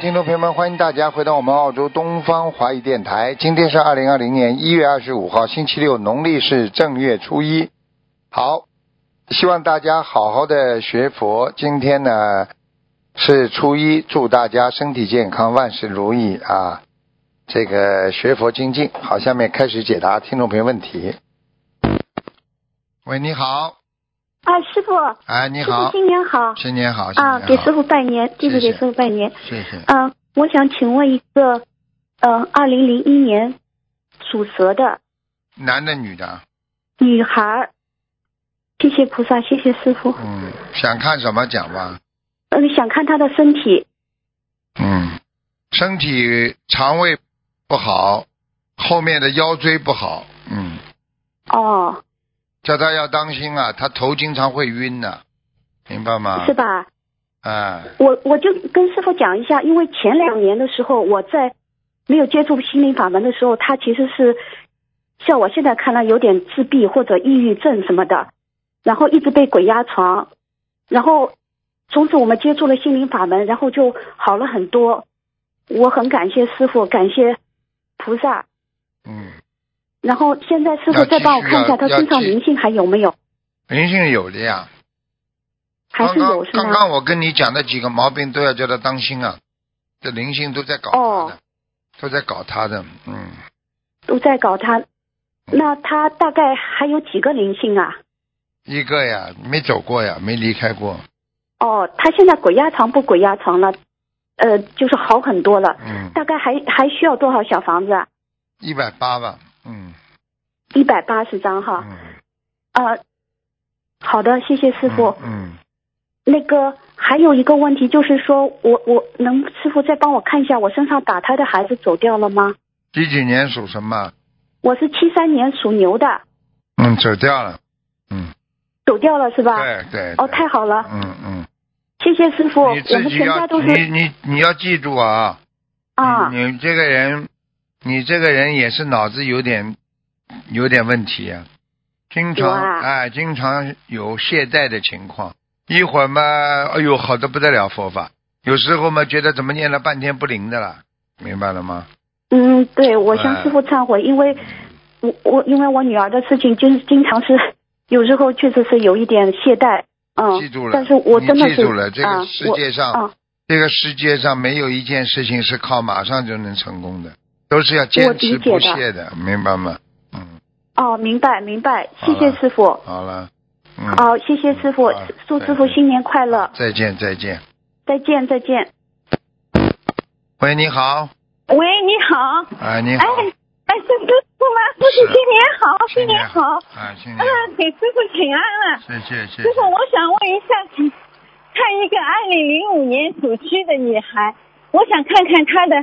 听众朋友们，欢迎大家回到我们澳洲东方华语电台。今天是二零二零年一月二十五号，星期六，农历是正月初一。好，希望大家好好的学佛。今天呢是初一，祝大家身体健康，万事如意啊！这个学佛精进。好，下面开始解答听众朋友问题。喂，你好，啊，师傅，哎，你师傅好，新年好新年好，新啊！年给好师傅拜年，弟子谢谢给师傅拜年。谢谢。嗯、我想请问一个，呃，二零零一年属蛇的男的，啊女的？女孩儿，谢谢菩萨，谢谢师傅。嗯，想看什么讲吧。嗯、想看她的身体，嗯，身体肠胃不好，后面的腰椎不好，嗯，哦，叫他要当心啊，他头经常会晕的、明白吗是？吧？啊，我我就跟师傅讲一下，因为前两年的时候，我在没有接触心灵法门的时候，他其实是像我现在看来有点自闭或者抑郁症什么的，然后一直被鬼压床，然后从此我们接触了心灵法门，然后就好了很多。我很感谢师傅，感谢菩萨。嗯，然后现在师要傅再继帮我续看一下要他要身上继灵性还有没有，灵性有的呀。还是有是刚刚刚吗？刚我跟你讲的几个毛病都要叫他当心啊，这灵性都在搞他的，哦都在搞他的，嗯，都在搞他。那他大概还有几个灵性啊？一个呀没走过呀，没离开过，哦，他现在鬼压床不鬼压床了，呃，就是好很多了。嗯，大概还还需要多少小房子啊？一百八吧，嗯一百八十张哈。嗯，呃，好的，谢谢师傅。嗯，那个还有一个问题就是说，我我能师傅再帮我看一下我身上打胎的孩子走掉了吗？几几年属什么？我是七三年属牛的，嗯，走掉了，嗯，走掉了是吧？对对。哦，对太好了，嗯嗯，谢谢师傅，我你自们己全要家都你是你你要记住啊，啊，你你这个人，你这个人也是脑子有点有点问题啊，经常有啊哎，经常有懈怠的情况，一会儿嘛，哎呦，好的不得了佛法，有时候嘛，觉得怎么念了半天不灵的了，明白了吗？嗯，对，我哎向师傅忏悔，因为我我因为我女儿的事情，就是经常是有时候确实是有一点懈怠，嗯，记住了，但是我真的你是记住了，这啊个世界上、我啊这个世界上没有一件事情是靠马上就能成功的，都是要坚持不懈的，明白吗？嗯，哦，明白明白，好谢了谢师傅，好了，嗯，好、谢谢师傅啊，祝对师傅对新年快乐，再见，再见。再见再见。喂，你好，喂，你好。啊，你好哎，，哎，是师傅吗？师傅，是新年好，新年年好好。，啊，新年哎嗯、好，给师傅请安了。谢谢，谢谢师。傅，我想问一下，请看一个二零零五年属鸡的女孩，我想看看她的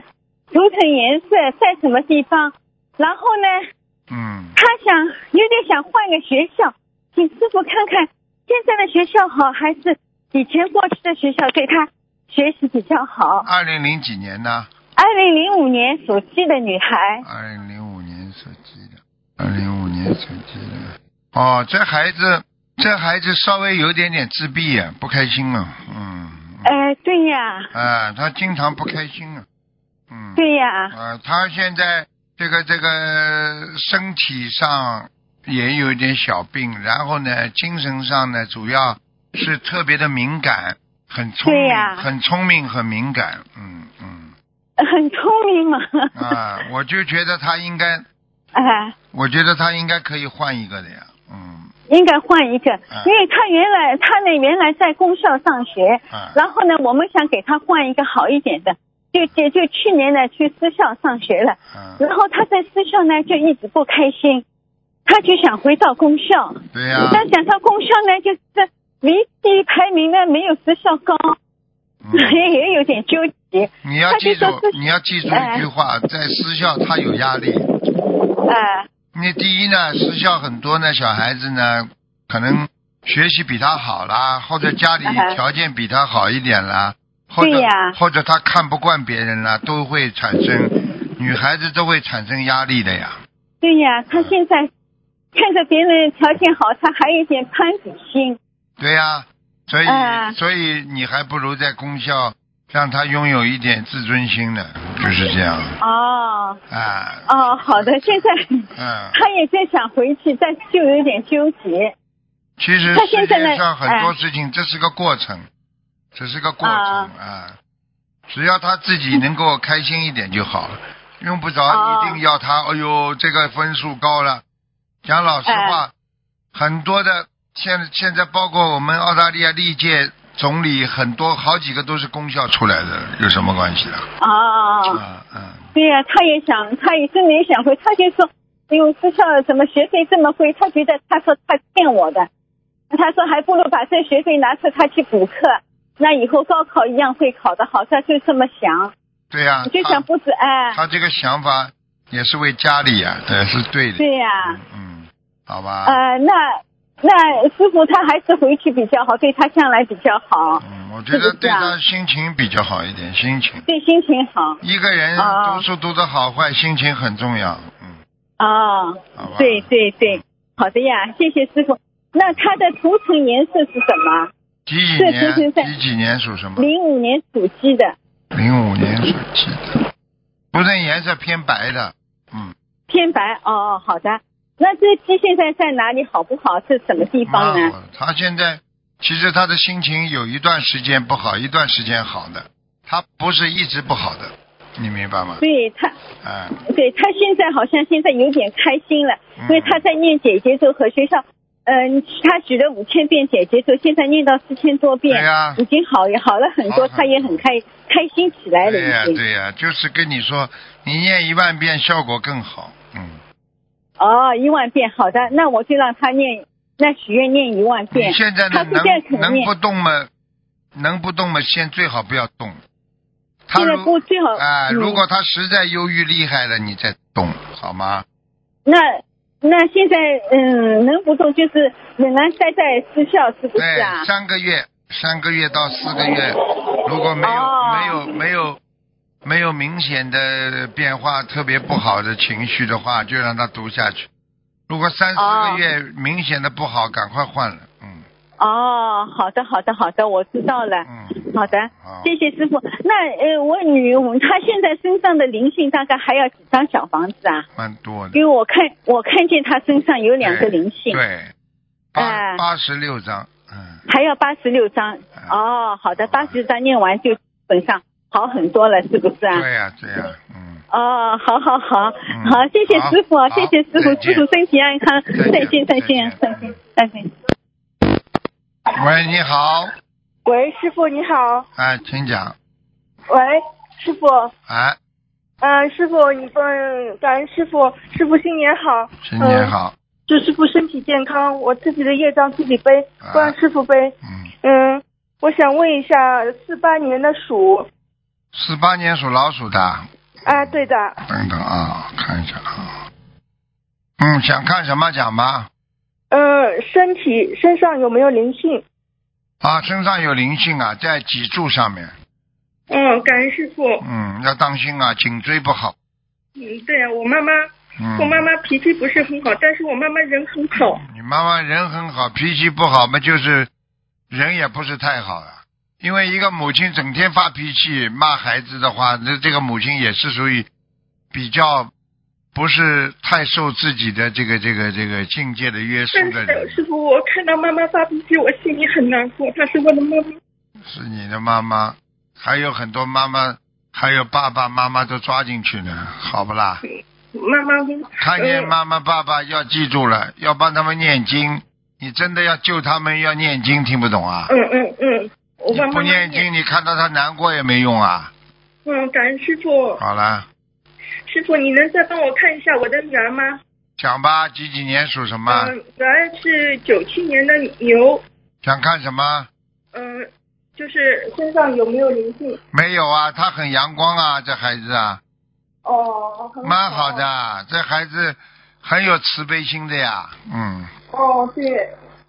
图腾颜色在什么地方。然后呢，嗯，她想有点想换个学校，请师傅看看现在的学校好还是以前过去的学校对她学习比较好。二零零几年呢？二零零五年属鸡的女孩。二零零五年手机的，二零零五年手机的。哦，这孩子，这孩子稍微有点点自闭呀、不开心啊，嗯，哎，对呀，啊，他经常不开心啊，嗯，对呀，啊，他现在这个这个身体上也有一点小病，然后呢，精神上呢，主要是特别的敏感，很聪对明，呀很聪明，很敏感，嗯嗯，很聪明嘛。 啊，我就觉得他应该，哎，我觉得他应该可以换一个的呀，嗯应该换一个嗯，因为他原来他那原来在公校上学，啊，然后呢，我们想给他换一个好一点的，就就就去年呢去私校上学了，嗯，然后他在私校呢就一直不开心，他就想回到公校，对呀、但想到公校呢就是离第一排名呢没有私校高，嗯所以 也有点纠结，你要他记就住说自，己你要记住一句话，在私校他有压力，哎，你第一呢，私校很多呢，小孩子呢，可能学习比他好啦，或者家里嗯条件比他好一点啦，或者对呀或者他看不惯别人啦，都会产生，女孩子都会产生压力的呀。对呀，他现在看着别人条件好，他还有一点攀比心。对呀，所以、嗯所以你还不如在公校让他拥有一点自尊心的，就是这样哦啊。哦，好的，现 在嗯，他也在想回去，但就有点纠结。其实他世现在呢界上很多哎事情，这是个过程，这是个过程啊啊。只要他自己能够开心一点就好了，用不着哦一定要他。哎呦，这个分数高了。讲老实哎话，很多的现现在包括我们澳大利亚历届总理，很多好几个都是功效出来的，有什么关系啊？哦，啊嗯。对呀、他也想，他也真没想回，他就说，哎呦，不知道怎么学费这么贵，他觉得他说他骗我的，他说还不如把这学费拿出他去补课，那以后高考一样会考得好，他就这么想，对呀、就想不止哎他，他这个想法也是为家里呀、对，是对的。对呀、嗯，好吧。呃，那那师傅他还是回去比较好，对他将来比较好，嗯，我觉得对他心情比较好一点，心情。对心情好一个人哦读书读的好坏，心情很重要。嗯，哦。好吧。对。对对，好的呀，谢谢师傅。那他的图腾颜色是什么？几几对年对对？对几几年属什么？零五年属鸡的，零五年属鸡的。不正颜色偏白的。嗯。偏白。哦哦，好的。那这鸡现在在哪里？好不好？是什么地方蛮呢？好的。他现在其实他的心情有一段时间不好，一段时间好的，他不是一直不好的，你明白吗？对他，哎、对他现在好像现在有点开心了，嗯因为他在念姐姐咒和学校，嗯、他许了五千遍姐姐咒，现在念到四千多遍，对哎呀已经好也好了很好多，很他也很开开心起来了对呀、已经。对呀、就是跟你说，你念一万遍效果更好。嗯，哦，一万遍，好的，那我就让他念，那许愿念一万你遍。现在他呢现在能肯能定不，动嘛？能不动嘛？先最好不要动。他现在如不最好啊、嗯如果他实在忧郁厉害了，你再动好吗？那那现在嗯能不动就是仍然待在私校是不是啊对，？三个月，三个月到四个月，如果没有、哦没有没有没有明显的变化，特别不好的情绪的话，就让他读下去。如果三四哦个月明显的不好，赶快换了。嗯哦，好的好的好的，我知道了。嗯，好的好，谢谢师傅。那呃，我女我她现在身上的灵性大概还要几张小房子啊？蛮多的因。为我看我看见她身上有两个灵性，对，八哎八十六张，嗯，还要八十六张。啊哦，好的，八十张念完就基本上好很多了，是不是啊？对呀、对呀、嗯，哦，好好好，嗯好，谢谢好师傅，好谢谢师再傅，见师傅身体安康，再再见见，再见，再再见见，再见。喂，你好，喂，师傅你好。哎，请讲，喂，师傅，哎，嗯、师傅，你嗯，感恩师傅，师傅新年好。新年嗯好，祝师傅身体健康，我自己的业障自己背，啊不让师傅背。嗯，嗯，我想问一下，四八年的鼠，四八年属老鼠的，啊，对的，等等啊，看一下啊，嗯，想看什么讲吧，嗯，身体身上有没有灵性？啊，身上有灵性啊，在脊柱上面，嗯，感恩师傅。嗯，要当心啊，颈椎不好，嗯，对我妈妈，嗯，我妈妈脾气不是很好，但是我妈妈人很好。你妈妈人很好，脾气不好嘛，就是人也不是太好了。因为一个母亲整天发脾气骂孩子的话，那这个母亲也是属于比较不是太受自己的这个这个这个境界的约束但是的人，师傅，我看到妈妈发脾气，我心里很难过。她是我的妈妈。是你的妈妈，还有很多妈妈，还有爸爸妈妈都抓进去呢，好不啦？妈妈，看见嗯妈妈爸爸要记住了，要帮他们念经，你真的要救他们要念经，听不懂啊？嗯嗯嗯，我你帮不妈妈念经，你看到他难过也没用啊。嗯，感恩师傅，好了，师傅，你能再帮我看一下我的女儿吗？讲吧，几几年属什么？嗯，女儿是九七年的牛，想看什么？嗯，就是身上有没有灵性？没有啊，他很阳光啊，这孩子啊，哦，很蛮好。的，这孩子很有慈悲心的呀。嗯，哦，对，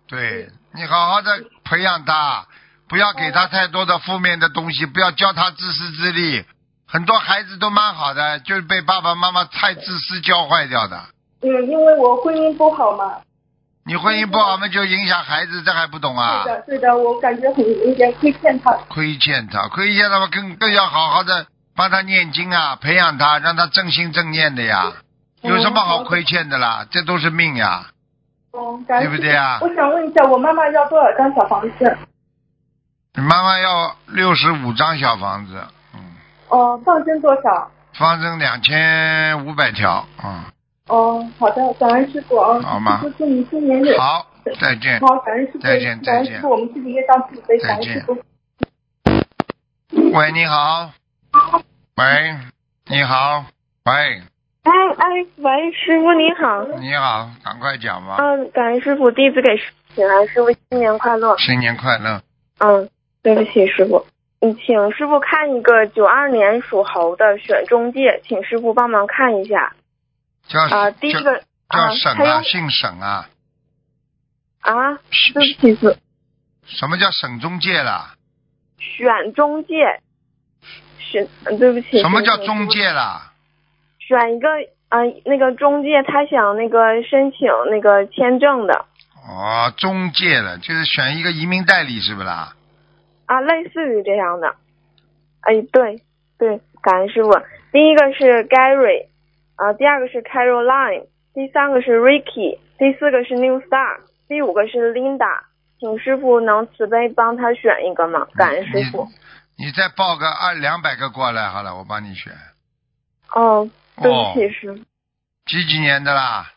对，嗯你好好的培养他，不要给他太多的负面的东西，不要教他自私自利。很多孩子都蛮好的，就是被爸爸妈妈太自私教坏掉的。嗯，因为我婚姻不好嘛。你婚姻不好嘛，就影响孩子，这还不懂啊对？的，对的，我感觉很有点亏欠他。亏欠他，亏欠他嘛，更更要好好的帮他念经啊，培养他，让他正心正念的呀。有什么好亏欠的啦？这都是命呀。嗯，感恩对不对啊师父我想问一下，我妈妈要多少张小房子？你妈妈要六十五张小房子，嗯，哦，放生多少？放生两千五百条，嗯，哦，好的，感恩师傅啊。好吗师傅祝你新年日。好，再见。好，感恩师傅，哎再见感恩再见师傅，我们自己业障自己背，再感恩见师傅。喂，你好。喂，你好。喂，哎哎，喂，师傅你好。你好，赶快讲吧。嗯，感恩师傅，弟子给师傅请安，师傅新年快乐。新年快乐。嗯，对不起，师傅，嗯，请师傅看一个九二年属猴的选中介，请师傅帮忙看一下叫啊、第一叫个啊叫，沈他啊，要姓沈啊。啊，沈对不起，师傅什么叫沈中介啦？选中介，选，嗯对不起，什么叫师傅中？介啦？选一个啊、那个中介他想那个申请那个签证的哦，中介了，就是选一个移民代理，是不啦？啊，类似于这样的。哎，对对，感恩师傅。第一个是 Gary，啊，第二个是 Caroline，第三个是 Ricky，第四个是 New Star，第五个是 Linda。请师傅能慈悲帮他选一个吗？感恩师傅。你再报个二两百个过来好了，我帮你选。哦，对不哦起，师傅。几几年的啦？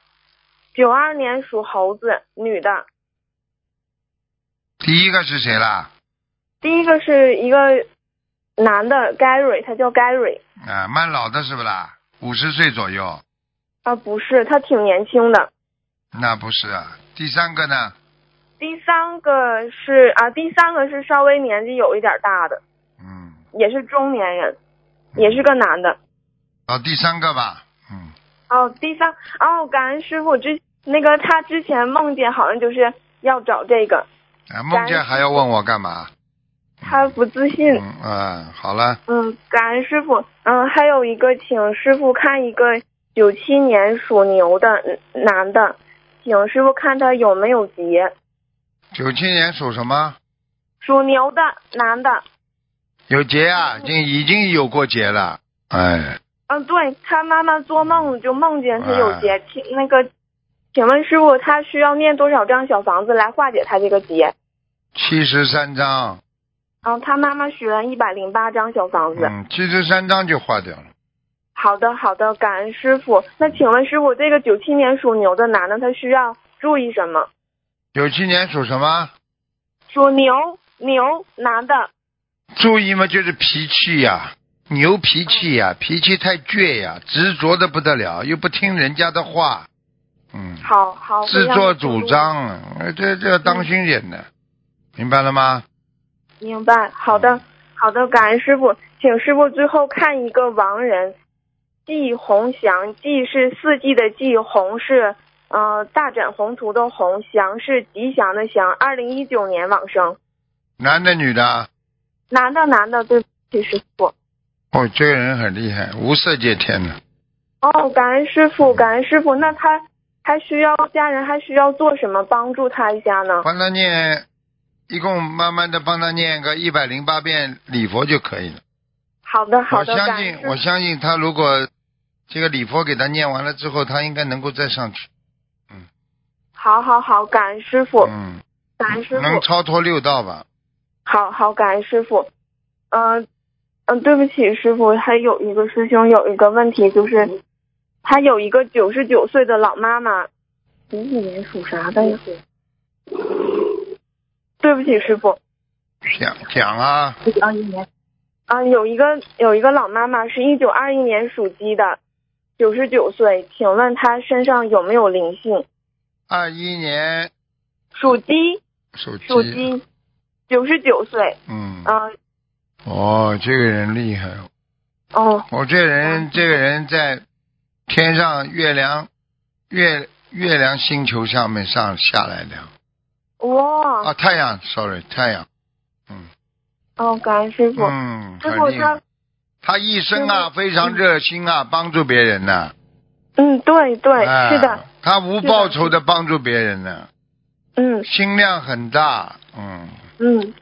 九二年属猴子，女的。第一个是谁啦？第一个是一个男的 Gary，他叫 Gary 啊，蛮老的是不啦？五十岁左右？啊，不是，他挺年轻的。那不是啊。第三个呢？第三个是啊，第三个是稍微年纪有一点大的，嗯，也是中年人，也是个男的。哦，第三个吧。嗯，哦，第三哦，感恩师傅之那个他之前梦见好像就是要找这个，啊，梦见还要问我干嘛？他不自信。嗯啊，好了，嗯，感恩师傅。嗯，还有一个，请师傅看一个九七年属牛的嗯男的，请师傅看他有没有结。九七年属什么？属牛的男的，有结啊，已经已经有过结了。哎，嗯，对他妈妈做梦就梦见他有嗯哎劫，请那个，请问师傅他需要念多少张小房子来化解他这个劫？七十三张，嗯，他妈妈许愿一百零八张小房子。嗯，七十三张就化掉了。好的，好的，感恩师傅。那请问师傅，这个九七年属牛的男的他需要注意什么？九七年属什么？属牛，牛男的。注意嘛，就是脾气呀、牛脾气呀、脾气太倔呀、执着的不得了，又不听人家的话，嗯，好好。自会让作他注主意。张啊，呃这这要当心点的，明白了吗？明白。好嗯的，好的，感恩师傅。请师傅最后看一个亡人，季红祥，季是四季的季，红是呃大展宏图的宏，祥是吉祥的祥。二零一九年往生，男的女的啊？男的男的，对不起师傅。哦，这个人很厉害，无色界天的。哦，感恩师傅，感恩师傅。那他还需要家人还需要做什么帮助他一下呢？帮他念，一共慢慢的帮他念个一百零八遍礼佛就可以了。好的，好我的，相感恩信师，我父相信他如果这个礼佛给他念完了之后，他应该能够再上去。好好好，感恩师傅，嗯，感恩师傅。能超脱六道吧？好好，感恩师傅。嗯、嗯、对不起，师傅，还有一个师兄有一个问题，就是他有一个九十九岁的老妈妈，零几年属啥的呀？对不起，师傅，讲讲啊，嗯、有一个有一个老妈妈是一九二一年属鸡的，九十九岁，请问她身上有没有灵性？二一年属鸡，手机，属鸡，九十九岁，嗯，嗯、哦，这个人厉害，哦，我、这个人，这个人在天上月亮月月亮星球上面上下来的哇，啊，太阳，sorry，太阳，嗯哦，感恩师傅，嗯，师很傅厉他嗯害。他一生啊，非常热心啊，帮助别人呐、嗯，对对，哎是的，，他无报酬的帮助别人呢、嗯心量很大，嗯嗯，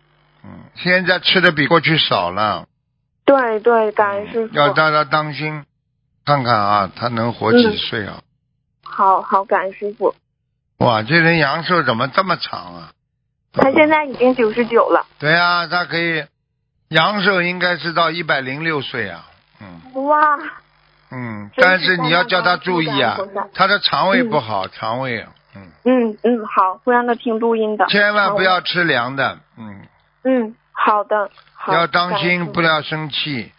嗯，现在吃的比过去少了，对对，感恩师嗯傅。要大家当心，看看啊，他能活几嗯岁啊？好好，感恩师傅。哇，这人阳寿怎么这么长啊？嗯他现在已经九十九了。对啊，他可以阳寿应该是到一百零六岁啊，嗯哇，嗯，真是但是你要叫他注意啊三大难，他的肠胃不好，肠胃啊，嗯，嗯嗯，好，会让他听录音的。千万好不要吃凉的，嗯，嗯，好的。好要当感恩师心，父不要生气。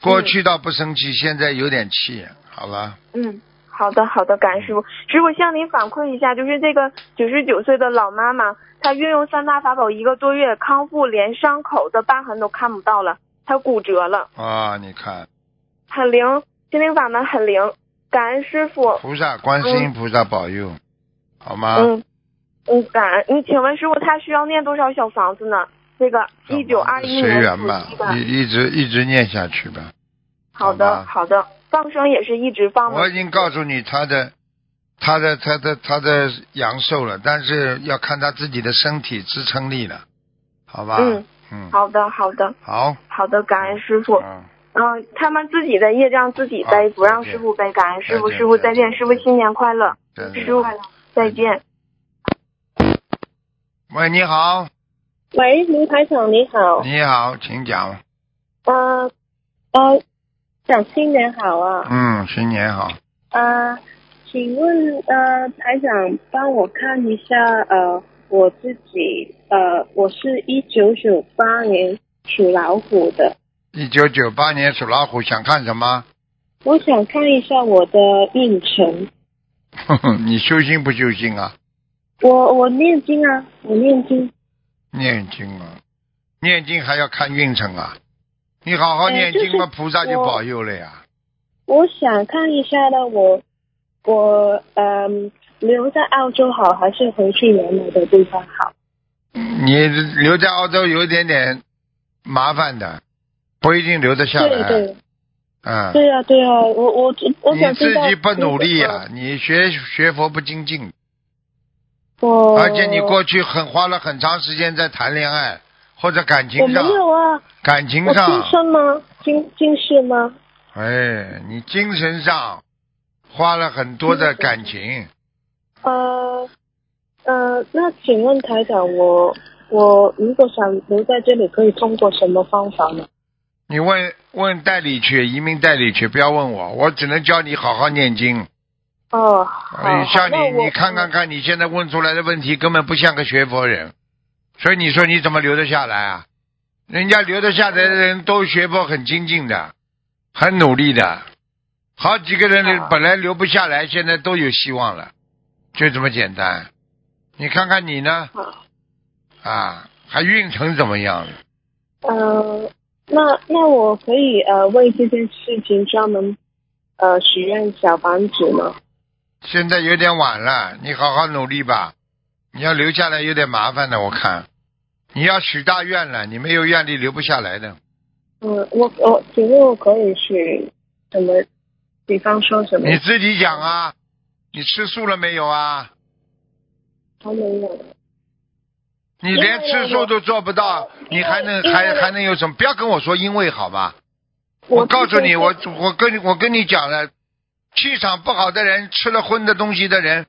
过去倒不生气，现在有点气，好了。嗯，好的好的，感恩师傅。师傅向您反馈一下，就是这个九十九岁的老妈妈，她运用三大法宝一个多月，康复连伤口的疤痕都看不到了，她骨折了，啊，你看，很灵，心灵法门很灵。感恩师傅，菩萨、观世音菩萨保佑，好吗？嗯，嗯，感恩。你请问师傅，她需要念多少小房子呢？这个小一九房二子一随年缘吧属鸡，的，一一直一直念下去吧。好好吧的好的，放生也是一直放吗我？已经告诉你他的，他的，他的，他的阳寿了，但是要看他自己的身体支撑力了，好吧？嗯嗯，好的好的好，好的，感恩师傅。嗯，嗯，他们自己的业障自己好背，不再让见师傅背。感恩师傅，再见师傅再再见见，师傅新年快乐，再见师傅再见。喂，你好，喂，卢台长你好，你好，请讲。呃呃，讲新年好啊，嗯，新年好。呃，请问呃台长帮我看一下呃我自己呃我是一九九八年属老虎的，一九九八年属老虎，想看什么？ 我想看一下我的运程，哼哼，你修心不修心啊？我我念经啊，我念经，念经啊，念经还要看运程啊。你好好哎念经嘛，就是菩萨就我保佑了呀。我想看一下呢我我嗯、留在澳洲好还是回去原来的地方好？你留在澳洲有一点点麻烦的，不一定留得下对来。对。嗯，对呀、啊对呀、我我我你想知自道嗯己不努力啊呀、呀、你学学佛不精进，啊我而且你过去很花了很长时间在谈恋爱或者感我情没上，有啊，感情我上今，生吗？今今世吗？哎，你精神上花了很多的感情，呃呃，那请问台长，我我如果想留在这里，可以通过什么方法呢？你问问代理去，移民代理去，不要问我，我只能教你好好念经。哦，好，哎像好你，那我嗯你看看看，你现在问出来的问题根本不像个学佛人，所以你说你怎么留得下来啊？人家留得下来的人都学佛很精进的，很努力的，好几个人啊本来留不下来，现在都有希望了，就这么简单。你看看你呢？啊，还运程怎么样？呃，那那我可以呃为这件事情专门呃许愿小房子吗？现在有点晚了，你好好努力吧。你要留下来有点麻烦的，我看。你要许大愿了，你没有愿力留不下来的。嗯，我我请问我可以许什么？比方说什么？你自己讲啊，你吃素了没有啊？还没有。你连吃素都做不到，你还能还还能有什么？不要跟我说因为好吧？我告诉你，我我跟我跟你讲了，气场不好的人，吃了荤的东西的人，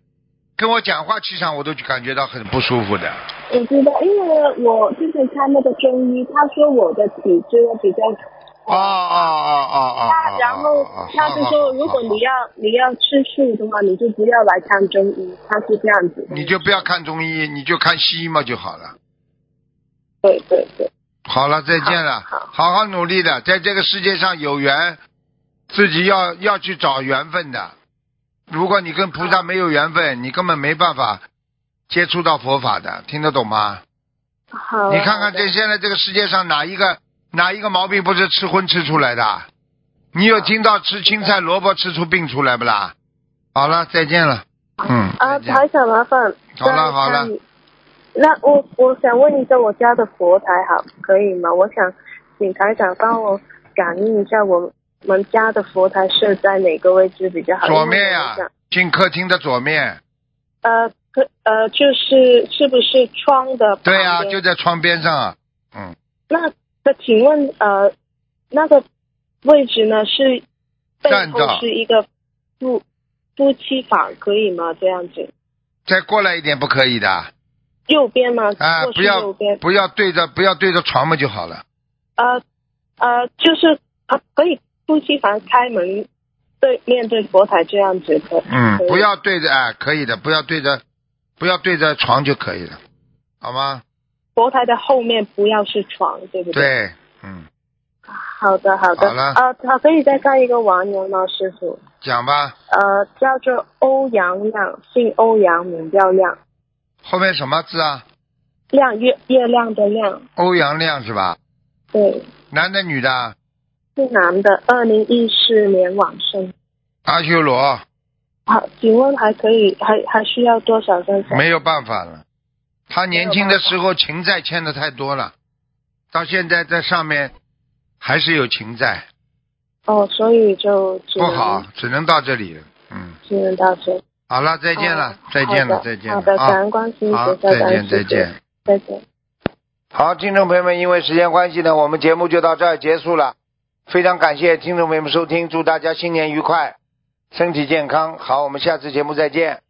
跟我讲话气场我都感觉到很不舒服的。我知道，因为我之前看那个中医，他说我的体质比较哦哦哦哦哦大，哦。然后哦他就说，如果你要你要吃素的话，你就不要来看中医，他是这样子的。你就不要看中医，你就看西医嘛就好了。对对对，好了，再见了，好好好努力的，在这个世界上有缘，自己要要去找缘分的。如果你跟菩萨没有缘分，你根本没办法接触到佛法的，听得懂吗？好。啊你看看这现在这个世界上哪一个哪一个毛病不是吃荤吃出来的？你有听到吃青菜萝卜吃出病出来不啦？好了，再见了。嗯，啊，再见台长麻烦。好了好了。那我我想问一下，我家的佛台好可以吗？我想请台长帮我感应一下，我们家的佛台设在哪个位置比较好？左面因为呀、我想进客厅的左面。呃，可呃，就是是不是窗的旁边？对呀、就在窗边上啊。嗯，那那请问呃，那个位置呢是背站后着是一个夫夫妻法可以吗？这样子，再过来一点不可以的右边吗？啊！卧不室要右边。不要对着不要对着床嘛就好了。呃呃，就是呃可以夫妻房开门对面对佛台这样子可嗯，可以不要对着啊，可以的，不要对着不要对着床就可以了，好吗？佛台的后面不要是床，对不？对，嗯，好的，好的。好了呃，好，可以再看一个王人吗，师傅？讲吧。呃，叫做欧阳亮，姓欧阳，名叫亮，后面什么字啊？亮月月亮的亮，欧阳亮是吧？对，男的女的啊？是男的，二零一四年往生。阿修罗好，请问还可以还还需要多少张小？没有办法了，他年轻的时候情债欠的太多了，到现在在上面还是有情债，哦，所以就只不能好，只能到这里了。嗯，只能到这。好了，再见了，再见了，哦嗯好的再见了好的，啊感恩关心，好，菩萨再感恩见，再师父见。再见。好，听众朋友们，因为时间关系呢，我们节目就到这儿结束了。非常感谢听众朋友们收听，祝大家新年愉快，身体健康。好，我们下次节目再见。